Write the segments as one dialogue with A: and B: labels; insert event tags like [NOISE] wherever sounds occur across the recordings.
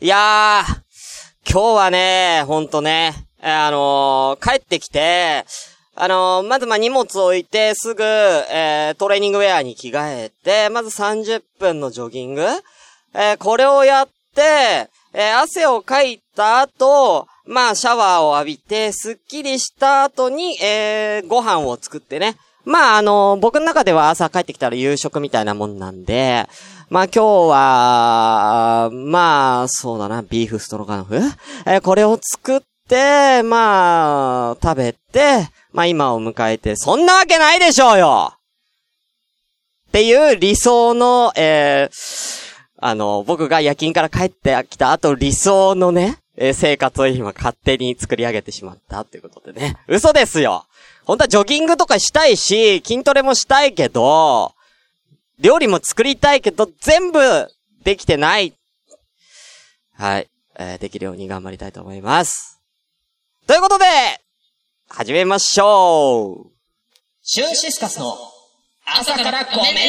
A: いやー、今日はね、ほんとね、えーあのー帰ってきて、あのーまずまあ荷物置いてすぐ、えートレーニングウェアに着替えて、まず30分のジョギングえーこれをやって、えー汗をかいた後、まあ、シャワーを浴びて、スッキリした後に、えーご飯を作ってね。まあ、あの僕の中では朝帰ってきたら夕食みたいなもんなんで、まあ今日は、まあ、そうだな、ビーフストロガノフえーこれを作って、まあ、食べて、まあ今を迎えて、そんなわけないでしょうよっていう理想の、えーあの、僕が夜勤から帰ってきた後、理想のね、えー生活を今勝手に作り上げてしまったっていうことでね。嘘ですよ本当はジョギングとかしたいし、筋トレもしたいけど、料理も作りたいけど、全部できてない。はい。えーできるように頑張りたいと思います。ということで、始めましょうシュンシスカスの
B: 朝からごめんね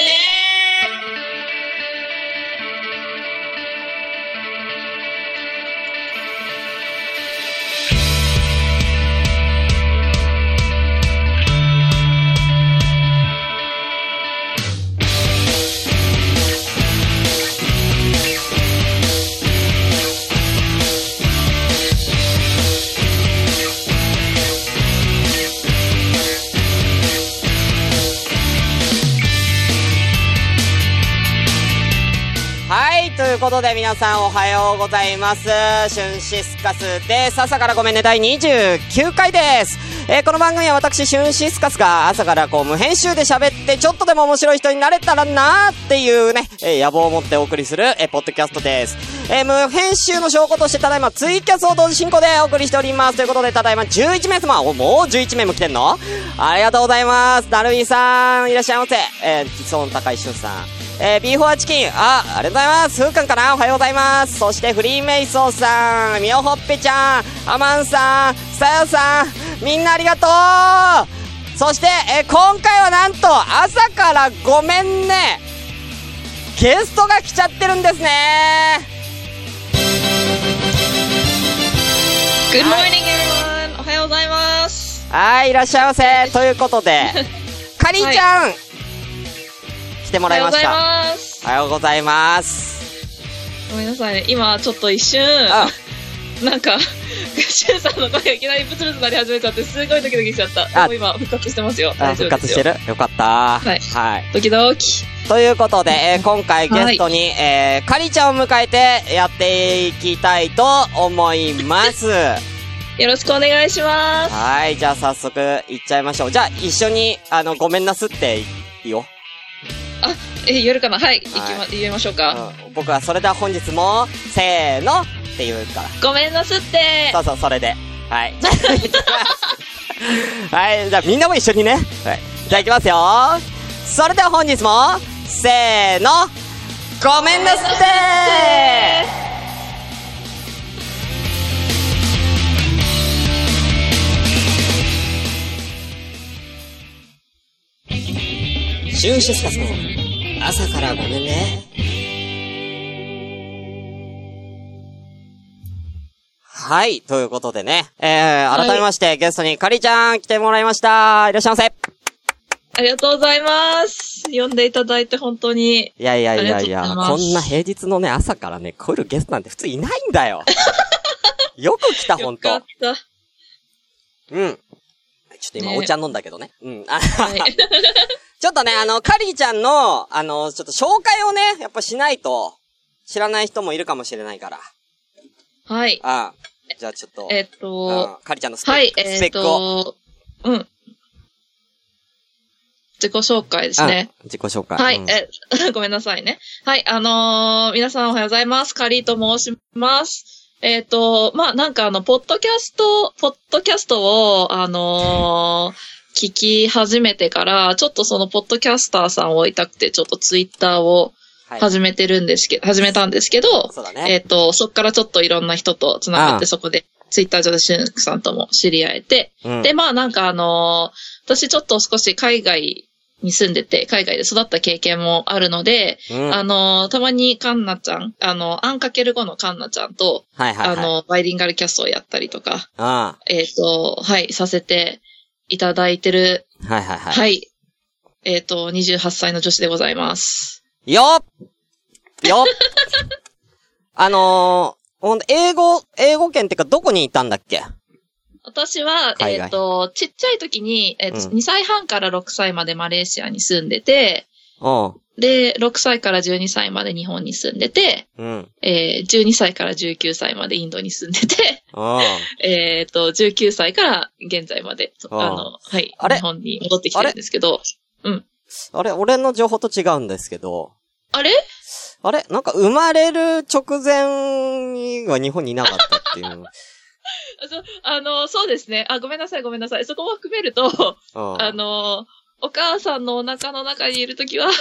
A: はい、ということで皆さんおはようございます。シュンシスカスです。朝からごめんね、第29回です。えーこの番組は私、シュンシスカスが朝からこう無編集で喋って、ちょっとでも面白い人になれたらなーっていうね、えー野望を持ってお送りする、えーポッドキャストです。えー無編集の証拠としてただいまツイキャスを同時進行でお送りしております。ということで、ただいま11名様、お、もう11名も来てんのありがとうございます。なるみさん、いらっしゃいませ。えー、基の高いしゅんさん。えー、ビーフォアチキン、あ、ありがとうございます。ふうかんかなおはようございます。そして、フリーメイソーさん、みおほっぺちゃん、アマンさん、さやさん、みんなありがとうそして、えー今回はなんと、朝からごめんねゲストが来ちゃってるんですね
B: Good morning everyone! おはようございます
A: はい、いらっしゃいませ。ということ [LAUGHS] で、かりんちゃん、来ても
B: お
A: らいました。お
B: はようございます
A: はようございます。
B: ごめんなさいね。今ちょっと一瞬、
A: あ、
B: なんか、シュンさんの声がいきなりブツブツなり始めちゃって、すごいドキドキしちゃった。
A: あ
B: でも今復活してますよ。
A: あ
B: 大丈
A: 復
B: 夫
A: 活
B: で
A: し
B: す
A: て
B: よ。
A: るよかった。
B: はい
A: はい。
B: ドキドキ。
A: ということで、えー今回ゲストに、えー、かりちゃんを迎えてやっていきたいと思い [LAUGHS] ます。
B: よろしくお願いします。
A: はい、じゃあ早速行っちゃいましょう。じゃあ一緒に、あの、ごめんなすっていいよ。
B: え、言えるかなはい。いき
A: は
B: ま、言えましょうか。
A: うん僕はそれでは本日も、せーのって言うから。
B: ごめんなすって
A: そうそう、それで。はい。じゃあ、行きます。 [LAUGHS] はい、じゃあみんなも一緒にね。はい。じゃあ行きますよ。それでは本日も、せーの、ごめんなすってシュンシュスカスの朝からごめんね。はい、ということでね、えー、
B: はい
A: 改めまして、ゲストにかりちゃん来てもらいました。いらっしゃいませ。
B: ありがとうございます。呼んでいただいて本当に。
A: いやいやいやいや、
B: ありがとう
A: こ
B: ございます
A: んな平日のね、朝からね、来るゲストなんて普通いないんだよ。
B: [LAUGHS]
A: よく来た、ほ
B: よ
A: ん
B: かっ
A: と。
B: た。
A: うん。ちょっと今、
B: ね
A: お茶飲んだけどね。うん。あ [LAUGHS]
B: はい。
A: ちょっとね、あの、カリーちゃんの、あの、ちょっと紹介をね、やっぱしないと、知らない人もいるかもしれないから。
B: はい。
A: ああじゃあちょっと、
B: えっと、
A: うんカリーちゃんのスペック,、
B: はい、え
A: スペ
B: っ
A: ックを。
B: と、うん。自己紹介ですね。
A: うん自己紹介。
B: はい、
A: うん
B: え、 [LAUGHS] ごめんなさいね。はい、あのー皆さんおはようございます。カリーと申します。えっ、と、まあ、なんかあの、ポッドキャスト、ポッドキャストを、あのー聞き始めてから、ちょっとその、ポッドキャスターさんを追いたくて、ちょっとツイッターを
A: はい
B: 始めてるんですけど、始めたんですけど、
A: そうだ
B: え
A: ね。
B: っ、と、そっからちょっといろんな人と繋がっ
A: ああ
B: て、そこで、ツイッター上でシュンさんとも知り合えて、
A: うん
B: で、まあなんかあのー私ちょっと少し海外に住んでて、海外で育った経験もあるので、
A: うん。は
B: あ
A: い
B: のーたまにカンナちゃん、あの、アンかける後のカンナちゃんと、
A: はいはい。
B: あの、バイリンガルキャストをやったりとか、
A: あ
B: えっ、と、はい、させていただいてる、
A: あはいはいは。
B: はいい。えっ、と、28歳の女子でございます。
A: よっよっ [LAUGHS] あのー、ほんと英語、英語圏ってかどこにいたんだっけ
B: 私は、
A: 海
B: えっ、
A: 外
B: と、ちっちゃい時に、えっ、と、
A: うん
B: 2歳半から6歳までマレーシアに住んでて、
A: うん。
B: で、6歳から12歳まで日本に住んでて、
A: うん。
B: えー12歳から19歳までインドに住んでて、 [LAUGHS]
A: うん。
B: えっと、19歳から現在まで、
A: ああ
B: あの、はい、
A: あれ
B: 日本に戻ってきてるんですけど、
A: あれ、俺の情報と違うんですけど。
B: あれ
A: あれなんか生まれる直前には日本にいなかったっていう。
B: あそうあの、そうですね。あ、ごめんなさい、ごめんなさい。そこも含め
A: [LAUGHS]
B: ると、
A: うん、
B: [LAUGHS] あの、お母さんのお腹の中にいるときは、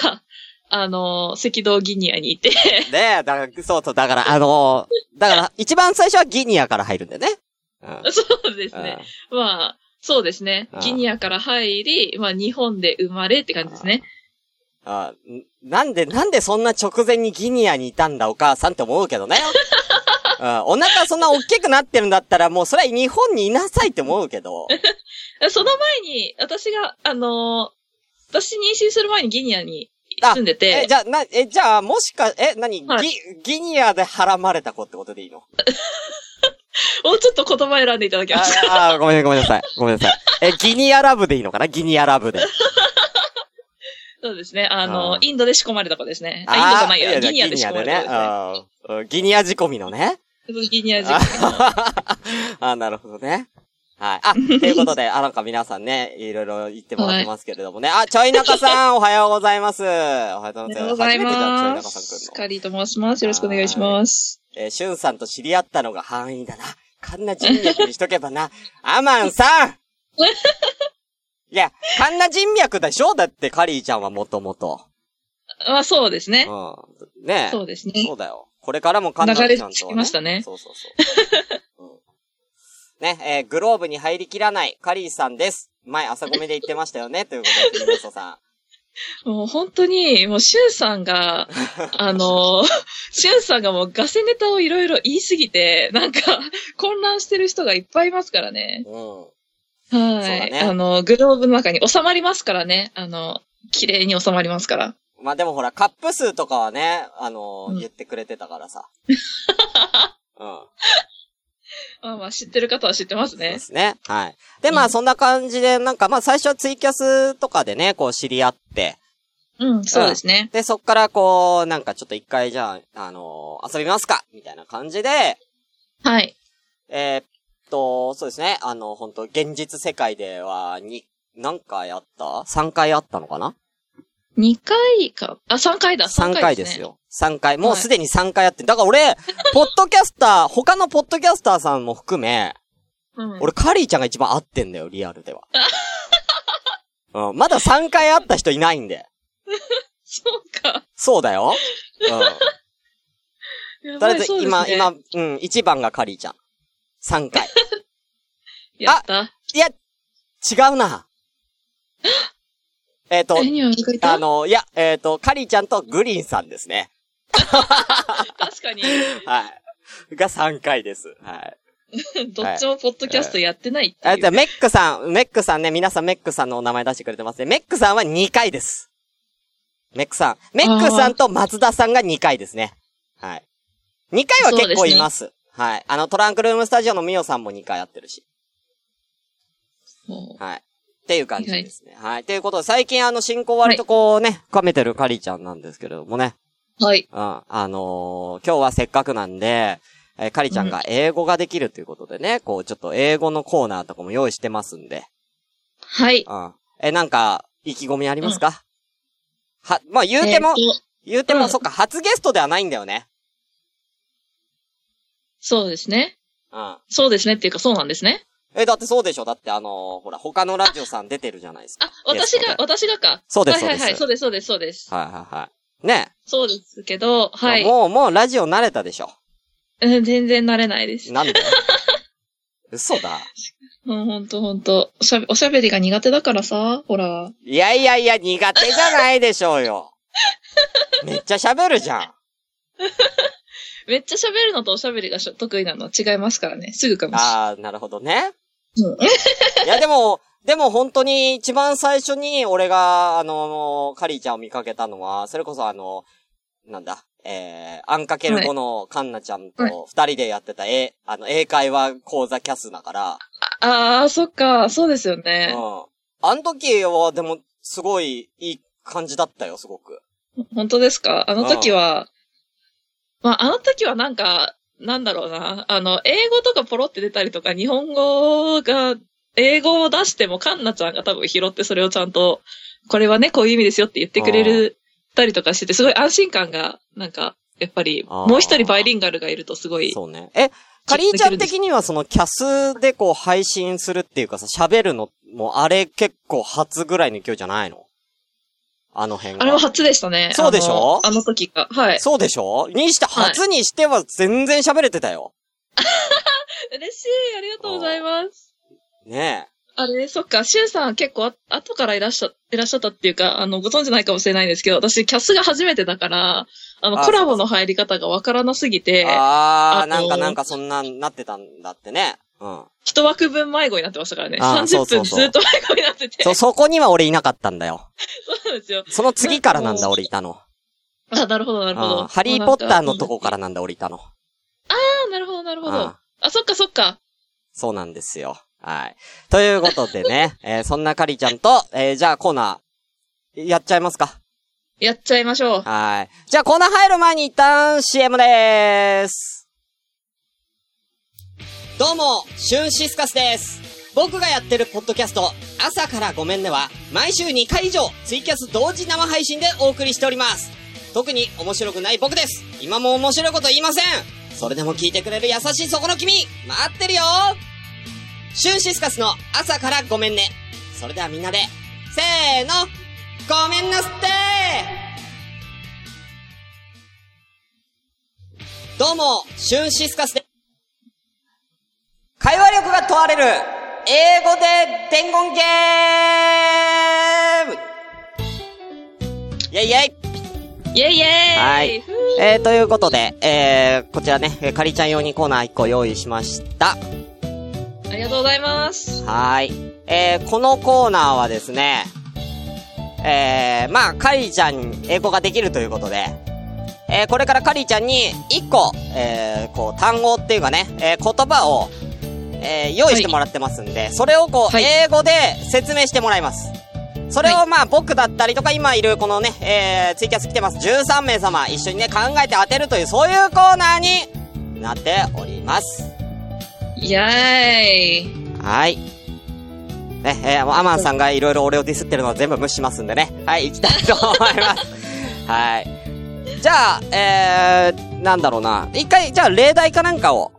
B: あの、赤道ギニアにいて、 [LAUGHS]
A: ねえ、だから、そうそう、だから、あのーだから、一番最初はギニアから入るんだよね。うん。
B: そうですね。まあ、そうですね
A: あ。あ
B: ギニアから入り、まあ、日本で生まれって感じですね。
A: あんなんで、なんでそんな直前にギニアにいたんだお母さんって思うけど
B: [LAUGHS]
A: ね。うん、お腹そんな大きくなってるんだったら、もうそれは日本にいなさいって思うけど。
B: その前に、私が、あの、私妊娠する前にギニアに
A: あ
B: 住んで
A: え、
B: て、
A: じゃあ、な、え、じゃあ、もしか、え、なに、
B: はい
A: ギ、ギニアで孕まれた子ってことでいいの
B: もうちょっと言葉選んでいただきました。
A: ああ、ごめん、ごめんなさい。ごめんなさい。え、ギニアラブでいいのかなギニアラブで。
B: そうですね。あの
A: ああ
B: インドで仕込まれた子ですね。あ、インドじゃない
A: あーい
B: や。
A: や
B: ギニアで仕込まれた子で
A: ギ
B: すね。
A: ニアでねうんうんギニア仕込みのね。
B: ギニア人。
A: ああ、なるほどね。はい。あ、ということで、あ、なんか皆さんね、いろいろ言ってもらってますけれどもね。あ、ちょいなかさ [LAUGHS] ん、おはようございます。おはよう
B: あ
A: ご
B: り
A: ざ
B: が
A: いま
B: とう
A: す。初
B: ござ
A: め
B: い
A: てじゃあ、ちょい
B: ま
A: なかさん
B: す。
A: 来るの。
B: カリーと申します。よろしくお願いします。
A: えー、しゅんさんと知り合ったのが範囲だな。カンナ人脈にしとけばな。アマンさん [LAUGHS] いや、カンナ人脈でしょだって、カリーちゃんはもともと。
B: まあ、そうですね。
A: うん。ねえ。
B: そうですね。
A: そうだよ。これからもカンナちゃんとは、ね。
B: 流れてきましたね
A: そうそうそう。うんね、えーグローブに入りきらないカリーさんです。前、朝ごめで言ってましたよね、ということで、ミルソさん。
B: もう本当に、もう、シュンさ
A: [LAUGHS]
B: んが、あの、 [LAUGHS] シュンさんがもうガセネタをいろいろ言いすぎて、なんか、混乱してる人がいっぱいいますからね。
A: うん。
B: は
A: そうだ
B: い。
A: ね
B: あの、グローブの中に収まりますからね。あの、綺麗に収まりますから。
A: まあでもほら、カップ数とかはね、あのー
B: うん
A: 言ってくれてたから
B: [LAUGHS]
A: さ。うん。
B: まあまあ、知ってる方は知ってます
A: そうで
B: ね。
A: すね。はい。で、ま
B: う
A: あ
B: ん
A: そんな感じで、なんかまあ最初はツイキャスとかでね、こう知り合って、
B: うん、そうですね。
A: で、そっからこう、なんかちょっと一回じゃあ、あのー遊びますかみたいな感じで、
B: はい。
A: えーっと、そうですね。あの、本当現実世界では、に、何回あった ?3 回あったのかな
B: 2回か。あ、3回だ。
A: ?3
B: 3
A: 回
B: 回
A: で
B: ですすね。
A: よ。3回。もう
B: はい
A: すでに3回あって。だから
B: [LAUGHS]
A: 俺、ポッドキャスター、他のポッドキャスターさんも含め、
B: うん
A: 俺、カリーちゃんが一番合ってんだよ、リアル
B: [LAUGHS]
A: では。うん、まだ3回会った人いないんで。
B: そうか。
A: そうだよ。うん。
B: [LAUGHS]
A: と
B: や
A: り
B: ば
A: あ
B: い
A: えず
B: そう、です
A: 今、
B: ね
A: 今、うん、1番がカリーちゃん。3回。
B: やった。
A: いや、違う
B: [LAUGHS]
A: な。えっと、
B: 何を迎え
A: あ
B: た
A: の、いや、えっ、と、カリーちゃんとグリーンさんですね。
B: 確かに。
A: はい。が3回です。はい。
B: どっちもポッドキャストやってないって
A: あ
B: い
A: と、
B: う。
A: メックさん、メックさんね、皆さんメックさんのお名前出してくれてますね。メックさんは2回です。メックさん。メックさんと松田さんが2回ですね。はい。2回は結構います。はい。あの、トランクルームスタジオのミオさんも2回やってるし。
B: も
A: はい。っていう感じですね。はい。ということで、最近あの、進行割とこうね、深めてるカリーちゃんなんですけれどもね。
B: うはい。
A: うん。あのー今日はせっかくなんで、えーカリちゃんが英語ができるということでね、こう、ちょっと英語のコーナーとかも用意してますんで。
B: はい。
A: うん。え、なんか、意気込みありますか、は、まあ、言うても、
B: えーと
A: 言うても、
B: うん
A: そっか、初ゲストではないんだよね。
B: そうですね。
A: うん。
B: そうですねっていうかそうなんですね。
A: え、だってそうでしょだってあのーほら、他のラジオさん出てるじゃないですか。
B: あ、私
A: ゲス
B: が、
A: ト
B: 私がか。
A: そうです、
B: は
A: そう
B: いはいはい。
A: です。
B: そうです、そうです、そうです。
A: はいはいはい。ね
B: そうですけど、
A: え。
B: はい。
A: もう、もうラジオ慣れたでしょ。
B: [LAUGHS] うん全然慣れないです。
A: なんで嘘だ。
B: うん、ほんとほんと。おしゃべおしゃべりが苦手だからさ、ほら。
A: いやいやいや、苦手じゃないでしょうよ。めっちゃ喋るじゃん。
B: めっちゃ喋るのとおしゃべりがしょ得意なのは違いますからね。すぐかもしれない。
A: ああ、なるほどね
B: うん。
A: いや、でも、でも本当に一番最初に俺が、あの、カリーちゃんを見かけたのは、それこそあの、なんだ、えー、あんかける5のカンナちゃん
B: はい
A: と二人でやってた、え、あの、英会話講座キャスだから、
B: ああー、そっか、そうですよ
A: うん
B: ね。。
A: あの時は、でも、すごいいい感じだったよ、すごく。
B: 本当ですかあの時は、まあ、あの時はなんか、なんだろうな。あの、英語とかポロって出たりとか、日本語が、英語を出しても、カンナちゃんが多分拾ってそれをちゃんと、これはね、こういう意味ですよって言ってくれる、たりとかしてて、すごい安心感が、なんか、やっぱり、
A: あー
B: もう一人バイリンガルがいるとすごい、
A: そうね。え、カリーちゃん的にはそのキャスでこう配信するっていうかさ、喋るのもあれ結構初ぐらいの勢いじゃないのあの辺が。
B: あれは初でしたね。
A: そうでしょ
B: あのあの時が。はい。
A: そうでしょにして、
B: はい
A: 初にしては全然喋れてたよ。
B: 嬉しいありがとうございます。
A: ね
B: あれ、そっか、シュンさん結構あ後からいらっしゃ、いらっしゃったっていうか、あの、ご存知ないかもしれないんですけど、私、キャスが初めてだから、あの、
A: あ
B: コラボの入り方がわからなすぎ
A: え。
B: て、
A: あー、
B: あのー
A: なんかなんかそんなんなってたんだってね。うん。
B: 一枠分迷子になってましたからね。
A: あーそう
B: 30
A: そ
B: 分
A: うそう
B: ずっと迷子になってて。そ
A: そ、そこには俺いなかったんだよ。
B: うなんですよ。
A: その次からなん
B: なんか
A: だ
B: もう
A: 俺いたの。
B: あ、なるほど、な
A: う
B: るほど。。
A: ん。ハリーポッターのとこかららなんだ俺いたの。
B: あー、なるほど、なるほ
A: う
B: ど。
A: ん
B: あ、そっか、そっか。
A: そうなんですよ。はい。ということでね、えーそんなカリちゃんと、えーじゃあコーナー、やっちゃいますか。
B: やっちゃいましょう。
A: はい。じゃあコーナー入る前に一旦 CM でーす。どうも、シュンシスカスです。僕がやってるポッドキャスト、朝からごめんねは、毎週2回以上、ツイキャス同時生配信でお送りしております。特に面白くない僕です。今も面白いこと言いません。それでも聞いてくれる優しいそこの君、待ってるよシュンシスカスの朝からごめんね。それではみんなで、せーの、ごめんなすってどうも、シュンシスカスで。会話力が問われる、英語で伝言ゲームイェイイェイ
B: イェイイェーイ
A: はい
B: ふー
A: えー、ということで、えー、こちらね、えーかりちゃん用にコーナー1個用意しました。
B: ありがとうございます。
A: はーい。えー、このコーナーはですね、えー、まあ、かりちゃん、英語ができるということで、えー、これからかりちゃんに、一個、えー、こう、単語っていうかね、えー、言葉を、えー、用意してもらってますんで、それをこう、
B: はい
A: 英語で説明してもらいます。それをまあ、僕だったりとか、今いるこのね、えー、ツイキャス来てます13名様、一緒にね、考えて当てるという、そういうコーナーになっております。
B: イェーイ。
A: はい。ね、えー、もうアマンさんがいろいろ俺をディスってるのは全部無視しますんでね。はい、行きたいと思い
B: [LAUGHS]
A: ます。はい。じゃあ、えー、なんだろうな。一回、じゃあ例題かなんかを。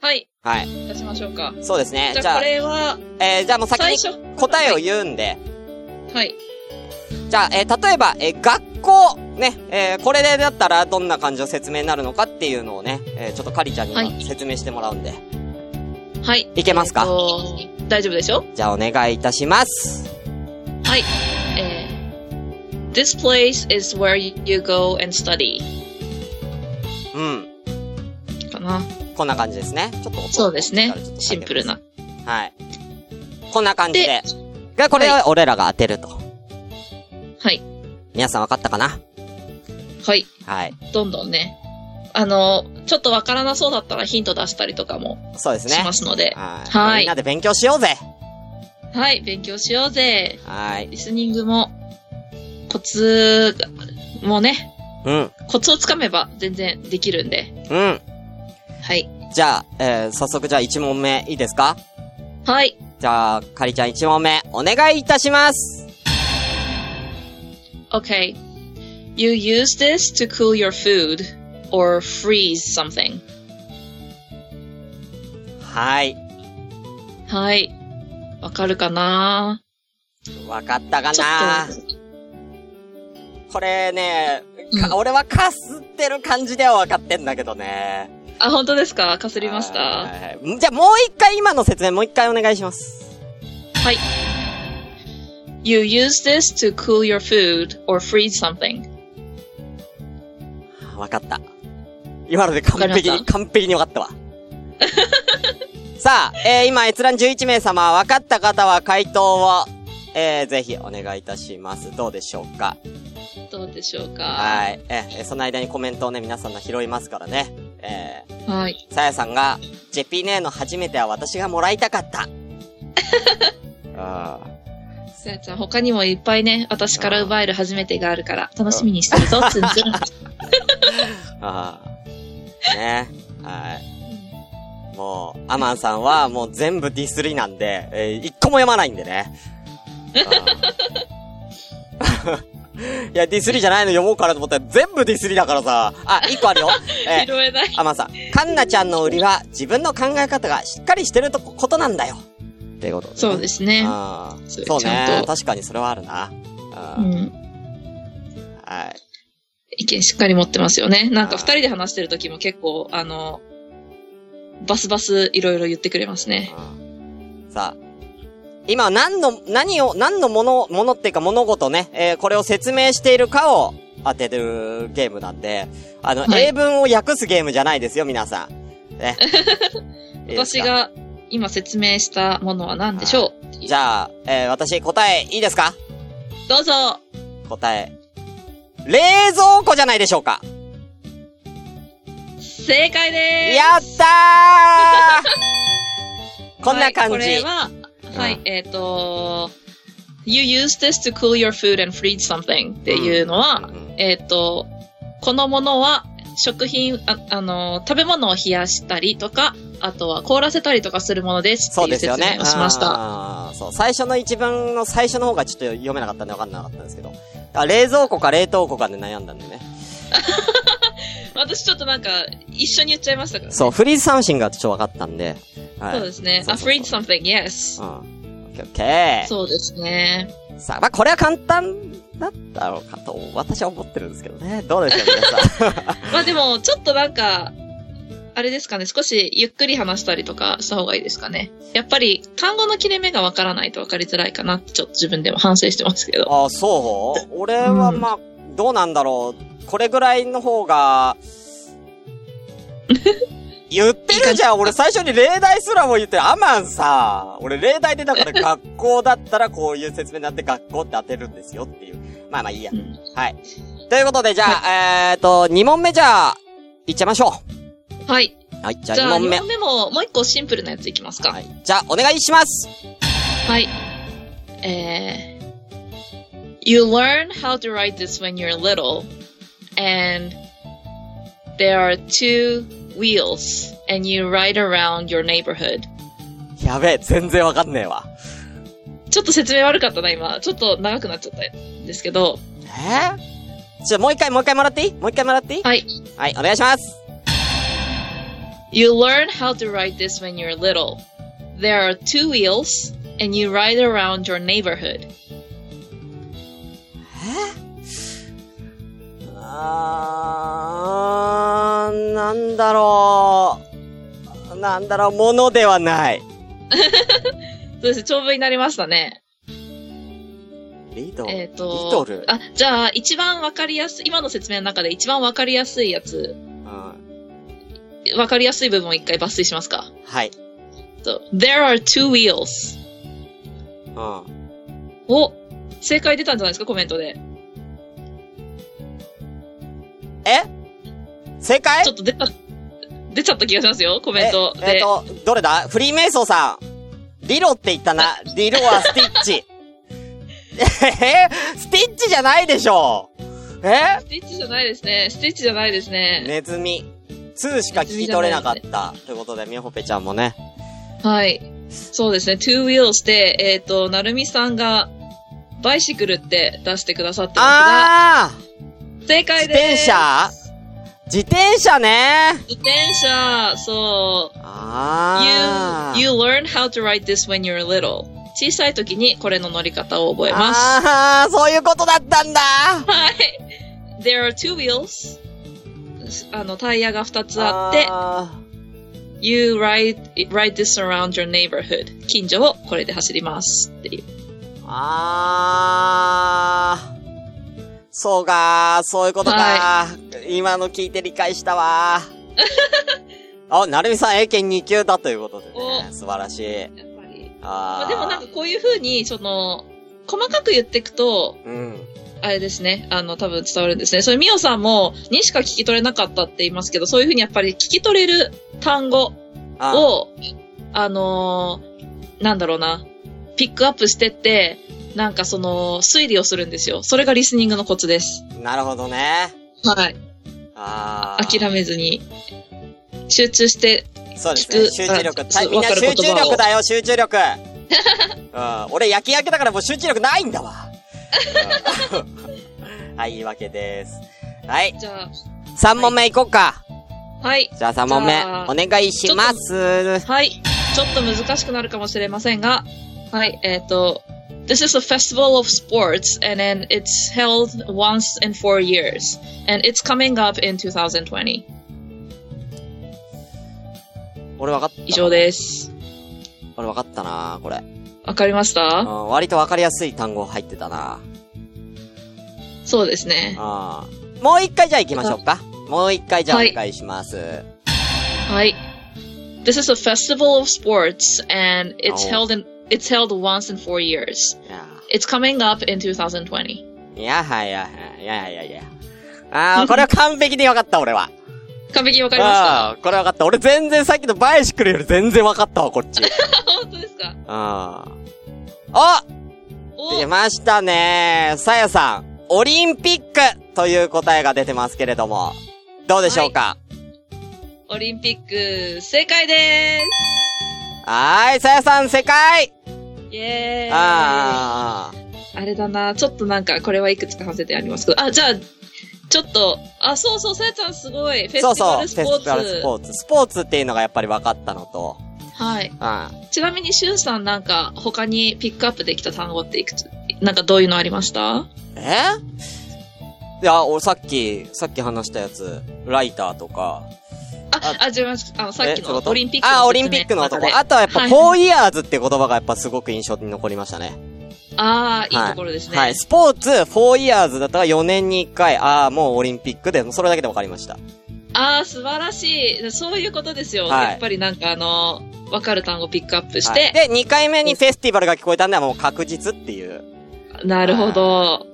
B: はい、
A: はい。
B: 出しましょうか。
A: そうですね。
B: じ
A: じ
B: ゃあ、
A: ゃあ
B: こ、れは、
A: えー、じゃあもう先
B: 最
A: に
B: 初。
A: 答えを言うんで。
B: はい。
A: じゃあ、えー、例えば、えー、学校、ね、えー、これでだったらどんな感じの説明になるのかっていうのをね、えー、ちょっとカリちゃんに
B: は
A: 今説明してもらうんで。
B: はい。
A: いけますか
B: えっと大丈夫でしょ
A: じゃあお願いいたします。
B: はい。えー This place is where you go and study.
A: うん。
B: かな。
A: こんな感じですね。ちょっと音
B: そうですね
A: 大きいからちょっ。と下げ
B: シン
A: ます
B: プルな。
A: はい。こんな感じで
B: で。
A: が、これ
B: は
A: は俺らが当てると。
B: はい。
A: 皆さん分かったかな
B: はい。
A: はい。
B: どんどんね。あの、ちょっとわからなそうだったらヒント出したりとかも
A: そうです
B: し
A: ね
B: ま。すので。
A: はい。
B: はい
A: みんなで勉強しようぜ。
B: はい。勉強しようぜ。
A: はい。
B: リスニングも、コツもね、
A: うん。
B: コツをつかめば全然できるんで。
A: うん。
B: はい。
A: じゃあ、えー、早速じゃあ1問目いいですか
B: はい。
A: じゃあ、かりちゃん1問目お願いいたします。
B: Okay. You use this to cool your food or freeze something.
A: はい。
B: はい。わかるかな
A: 分かったか
B: ちょ
A: な
B: っ
A: これね、
B: うん
A: か俺はかすってる感じでは分かってんだけどね。
B: あ、本当ですかかすりまし
A: は
B: た。
A: いはいはいじゃあもう一回今の説明もう一回お願いします。
B: はい。You use this to cool your food or freeze something.
A: わかった。今ので完璧
B: わかり
A: に、
B: ました
A: 完璧にわかったわ。さあ、えー今閲覧11名様、わかった方は回答を、えーぜひお願いいたします。どうでしょうか
B: どうでしょうか
A: はい。えーえーその間にコメントをね、皆さんの拾いますからね。えー
B: はい。
A: さやさんが、ジェピネーの初めては私がもらいたか
B: [LAUGHS]
A: った。あ
B: さやちゃん、他にもいっぱいね、私から奪える初めてがあるから、楽しみにしてるぞ、つん
A: [LAUGHS]
B: つん。
A: あ。ああ。ね。はい。もう、アマンさんはもう全部ディスリなんで、えー一個も読まないんでね。ああ [LAUGHS] いや、ディスリじゃないの読もうかなと思ったら全部ディスリだからさ。あ、一個あるよ。えー
B: 拾えない。
A: アマンさん、カンナちゃんの売りは自分の考え方がしっかりしてるとこことなんだよ。ってこと
B: そうですね。
A: あー
B: それ
A: そう
B: ちゃ
A: ね
B: ん。と
A: 確かにそれはあるな。
B: う
A: うん。
B: ん。
A: はい。
B: 意見しっかり持ってますよね。なん
A: あ
B: か
A: ー
B: 二人で話してる時も結構、あの、バスバスいろいろ言ってくれますね。
A: うんさあ。今何の、何を、何のもの、ものっていうか物事ね、えーこれを説明しているかを当てるゲームなんで、あの、
B: はい
A: 英文を訳すゲームじゃないですよ、皆さん。
B: [LAUGHS]
A: ね。いいです
B: 私
A: か。
B: が今説明したものは何でしょう
A: じゃあ、えー私答えいいですか
B: どうぞ
A: 答え。冷蔵庫じゃないでしょうか。
B: 正解でーす
A: やった
B: [LAUGHS]
A: ーこんな感じ。
B: はい、これは、はい、えっ、と、you use this to cool your food and freeze something っていうのは、
A: うん
B: えっ、と、このものは食品、ああの、食べ物を冷やしたりとか、あとは凍らせたりとかするものですっ
A: そう
B: て
A: で
B: いう
A: すよ
B: 説
A: ね
B: 明。をしました。
A: あーそう。最初の一文の最初の方がちょっと読めなかったんで分かんなかったんですけど。あ冷蔵庫か冷凍庫かで悩んだんでね。
B: 私ちょっとなんか、一緒に言っちゃいましたから、
A: そう、フリーズサムシングがちょっと分かったんで。はい。
B: そうですね。
A: そ
B: a
A: う
B: freeze something, yes.
A: うん。オッケーオッケー。
B: そうですね。
A: さあ、まあこれは簡単だったろうかと、私は思ってるんですけどね。どうでしょう、皆さん。
B: まあでも、ちょっとなんか、あれですかね、少しゆっくり話したりとかした方がいいですかね。やっぱり、単語の切れ目がわからないとわかりづらいかなって、ちょっと自分でも反省してますけど。
A: あー、そう俺はまあ、どうなんだろう。これぐらいの方 [LAUGHS] が、言ってるじゃん俺最初に例題すらも言ってる。アマンさ、俺例題でだ [LAUGHS] から学校だったらこういう説明になって学校って当てるんですよっていう。まあまあいいや
B: う。ん
A: はい。ということで、じゃあ、えーっと、2問目じゃあ、いっちゃいましょ
B: はい。
A: う。はい、じゃあ
B: じゃ
A: 2
B: あ、
A: 問
B: 2
A: 目。
B: 本目も、もう一個シンプルなやついきますか。
A: は
B: はい。
A: い、じゃあ、お願いします。
B: えー You learn how to write this when you're little, and there are two wheels, and you ride around your neighborhood.
A: やべえ、全然わかんねえわ。
B: ちょっと説明悪かったな、今。ちょっと長くなっちゃったんですけど。
A: えー、じゃあもう一回、もう一回もらっていいもう一回もらっていい
B: はい。
A: はい、お願いします。
B: You learn how to ride this when you're little. There are two wheels, and you ride around your neighborhood.
A: あー、なんだろう。なんだろう、ものではない。
B: そうです。長文になりましたね。
A: リトル。
B: えっ、
A: リ
B: と
A: ト。ル。
B: あ、じゃあ、一番わかりやすい、今の説明の中で一番わかりやすいやつ、
A: うん、
B: わかりやすい部分を一回抜粋しますか。
A: はい。
B: と There are two wheels.
A: うん。
B: お、正解出たんじゃないですか、コメントで。
A: え正解
B: ちょっと出た、出ちゃった気がしますよ、コメント
A: え、えっ
B: で。
A: と、どれだフリーメイソンさん。リロって言ったな。リロはスティッ
B: [LAUGHS]
A: チ。えースティッチじゃないでしょえ
B: スティッチじゃないですね。スティッチじゃないですね。
A: ネズミ。2しか聞き取れなかった。ということで、みほぺちゃんもね。
B: はい。そうですね。two wheels で、えっ、と、なるみさんが、バイシクルって出してくださってま
A: あー
B: すが、正解
A: 自
B: で
A: 転
B: す。
A: 車自転車ね
B: 自転車そう。
A: あー。
B: you, you learn how to ride this when you're little. 小さい時にこれの乗り方を覚えます。は
A: あー、そういうことだったんだ
B: い。There are two wheels. あの、タイヤが2つあって、You ride, ride this around your neighborhood. 近所をこれで走ります。っていう。
A: あー。そうか、そういうことか。今の聞いて理解したわ。
B: [LAUGHS]
A: あ、なるみさん英検2級だということでね。
B: お
A: 素晴らしい。
B: やっぱり。ま
A: あ
B: あ、
A: ー。
B: でもなんかこういう風に、その、細かく言っていくと、
A: うん。
B: あれですね。あの、多分伝わるんですね。それ、みおさんも、にしか聞き取れなかったって言いますけど、そういう風にやっぱり聞き取れる単語
A: あ
B: を、あのーなんだろうな、ピックアップしてって、なんかその、推理をするんですよ。それがリスニングのコツです。
A: なるほどね。
B: はい。
A: あー。
B: 諦めずに、集中して、
A: そうですね。集
B: 聞く
A: 中力。
B: あ
A: た
B: そう
A: みんな
B: わかる
A: 集中
B: 言葉を
A: 力だよ、集中力。 [LAUGHS] うん、俺、焼き焼けだからもう集中力ないんだわ。うん [LAUGHS] はい、いいわけです。はい。
B: じゃ
A: 3問目いこうか。
B: あ、はい。
A: じゃあ3問目
B: じ、ゃあ
A: お願いします。
B: はい。ちょっと難しくなるかもしれませんが、はい、えっ、と、This is a festival of sports and then it's held once in four years and it's coming up in 2020.
A: 俺分かった。
B: 以上です。
A: 俺分かったなこれ。
B: わかりまし
A: う
B: た
A: ん、割と分かりやすい単語入ってたな
B: そうですね。
A: うん。もう一回じゃあ行きましょうか。もう一回じゃあお
B: はい
A: 願いします。
B: はい。This is a festival of sports and it's
A: お
B: held in It's held once in four years.
A: いや
B: It's coming up in 2020.
A: いやはいやはいやいやいや。あー、これは完璧に分かった、俺は。
B: 完璧にわかりました。
A: ああ、これ分かった。俺全然さっきのバイシクルより全然分かったわ、こっち。
B: [LAUGHS] 本当ですか
A: ああ。
B: お
A: お出ましたね。さやさん、オリンピックという答えが出てますけれども、どうでしょうか
B: オリンピック、正解で
A: はーい、さやさん、正解
B: すイェーイ
A: あ
B: あれだな、ちょっとなんか、これはいくつか外れてありますけど、あ、じゃあ、ちょっと、あ、そうそう、さやちゃんすごい。フェ
A: あ、
B: ステ
A: そう
B: ィバ
A: そう、
B: ル
A: フェスティバ
B: スポーツ。
A: ルスポーツ。スポーツっていうのがやっぱり分かったのと、
B: はい。
A: うん。
B: ちなみに、しゅんさんなんか、他にピックアップできた単語っていくつ、なんかどういうのありました
A: えいや、俺さっき、さっき話したやつ、ライターとか、
B: あ、あ、じゃあ、あの、さっ
A: え
B: き
A: そういう
B: の
A: こと
B: オリンピックの説明中で。
A: あ、オリンピックのとこ。
B: あ
A: あとはやっぱ、
B: はい
A: フォーイヤーズって言葉がやっぱすごく印象に残りましたね。
B: あー、いいところですね。
A: はい。スポーツ、フォーイヤーズだったら4年に1回、ああ、もうオリンピックで、それだけで分かりました。
B: あー、素晴らしい。そういうことですよ。
A: はい
B: やっぱりなんか、あの、わかる単語ピックアップし
A: はい
B: て。
A: で、2回目にフェスティバルが聞こえたんで、もう確実っていう。
B: なるほど。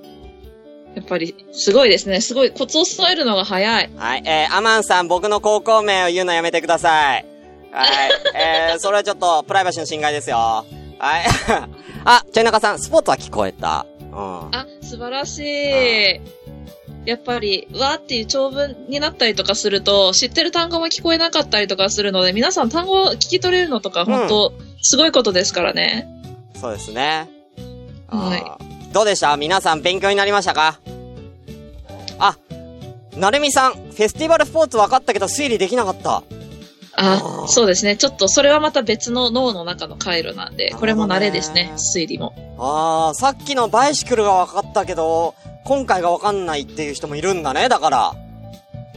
B: やっぱり、すごいですね。すごい、コツを伝えるのが早い。
A: はい。えー、アマンさん、僕の高校名を言うのやめてください。はい。
B: [LAUGHS]
A: えー、それはちょっと、プライバシーの侵害ですよ。はい。 [LAUGHS] あ、ちょいなかさん、スポーツは聞こえた。うん。
B: あ、素晴らしい。やっぱり、わーっていう長文になったりとかすると、知ってる単語も聞こえなかったりとかするので、皆さん単語を聞き取れるのとか、本当すごいことですからね。
A: そうですね。。
B: はい
A: どうでした皆さん勉強になりましたかあ、なるみさん、フェスティバルスポーツ分かったけど推理できなかった。あ
B: あ
A: ー、
B: そうですね。ちょっと、それはまた別の脳の中の回路なん
A: なる
B: で、
A: ほどね
B: これも慣れですね。推理も。
A: あー、さっきのバイシクルが分かったけど、今回が分かんないっていう人もいるんだね、だから。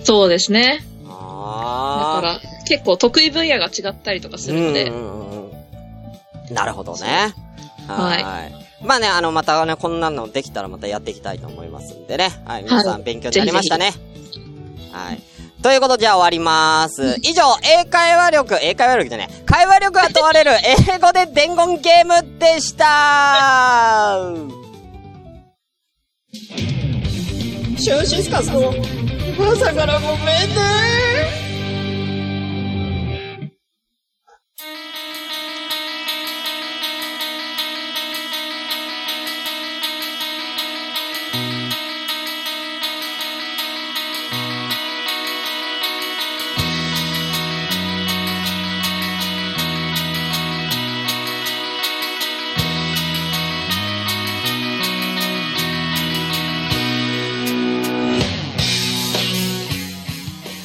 B: そうですね。だ
A: あー。
B: から、結構得意分野が違ったりとかするの
A: う、
B: で
A: んうんうんうんなるほどね。
B: はい
A: い。まあね、あの、またね、こんなのできたらまたやっていきたいと思いますんでね。はい、皆さん勉強になりましたね。はい。ということで、じゃあ終わります。以上、英会話力、英会話力じゃねえ会話力が問われる英語で伝言ゲームでしたシューシスカスの朝からごめんね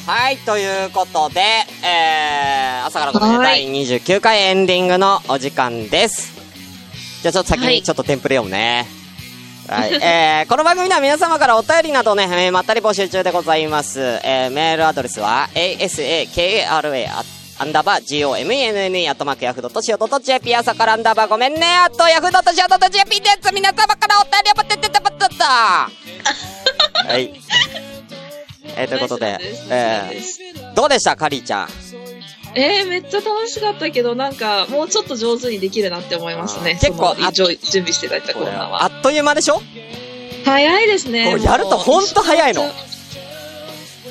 A: はい、ということで、えー、朝からごめんね、
B: は
A: 第
B: い
A: 29回エンディングのお時間です。じゃあちょっと先
B: は
A: に
B: い
A: ちょっとテンプレ読むね。はい。 [LAUGHS] えー、この番組では皆様からお便りなどね、えーまったり募集中でございます。えー、メールアドレスは、asakara アンダーバー gomenne アットマークヤフドットシオドット JP 朝からアンダーバーごめんねあとヤフドットシオドット JP です皆様からお便りを待っててた待ってたはい。えー、ということで
B: ナイス、
A: え
B: です
A: ー、どうでしたカリーちゃん。
B: えー、めっちゃ楽しかったけど、なんか、もうちょっと上手にできるなって思いますね。
A: あー結構
B: その
A: あ
B: 一応準備していただいたコーナー
A: あ
B: は。
A: っという間でしょ
B: 早いですね。
A: これやるとほんと早いの
B: もう。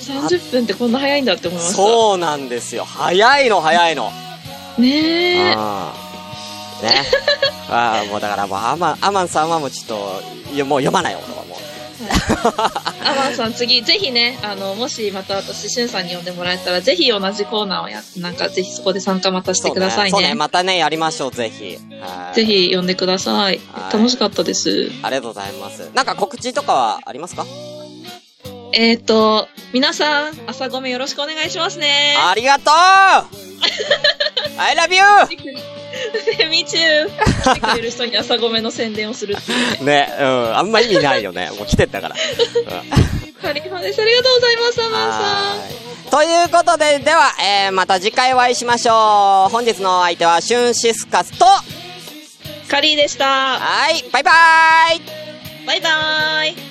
B: 30分ってこんな早いんだって思いました。
A: そうなんですよ。早いの早いの。
B: ねえ。
A: ああね [LAUGHS] ああもうだからもうアマンアマンさんはもうちょっといやもう読まない俺はもう
B: アマンさん次、ぜひね、あの、もしまた私、シュンさんに呼んでもらえたら、ぜひ同じコーナーをやって、なんかぜひそこで参加またしてください
A: そうねそ
B: ね。
A: うねまたねやりましょうぜひはい
B: ぜひ呼んでください。
A: はい
B: 楽しかったです。
A: ありがとうございますなんか告知とかはありますか、
B: えっ、ー、と、皆さん、朝ごめんよろしくお願いしますね。
A: ありが
B: [LAUGHS]
A: とう I love you!
B: セミチュー来てくれる人に朝ごめの宣伝をするっていうね。
A: ねうんあんま意味ないよねもう来て
B: [LAUGHS]
A: ったから、うん
B: カリファです。ありがとうございます、アマンさん。
A: はいということで、では、えー、また次回お会いしましょう。本日のお相手は、シュンシスカスと、
B: カリーでした。
A: はい、バイバーイ
B: バイバーイ。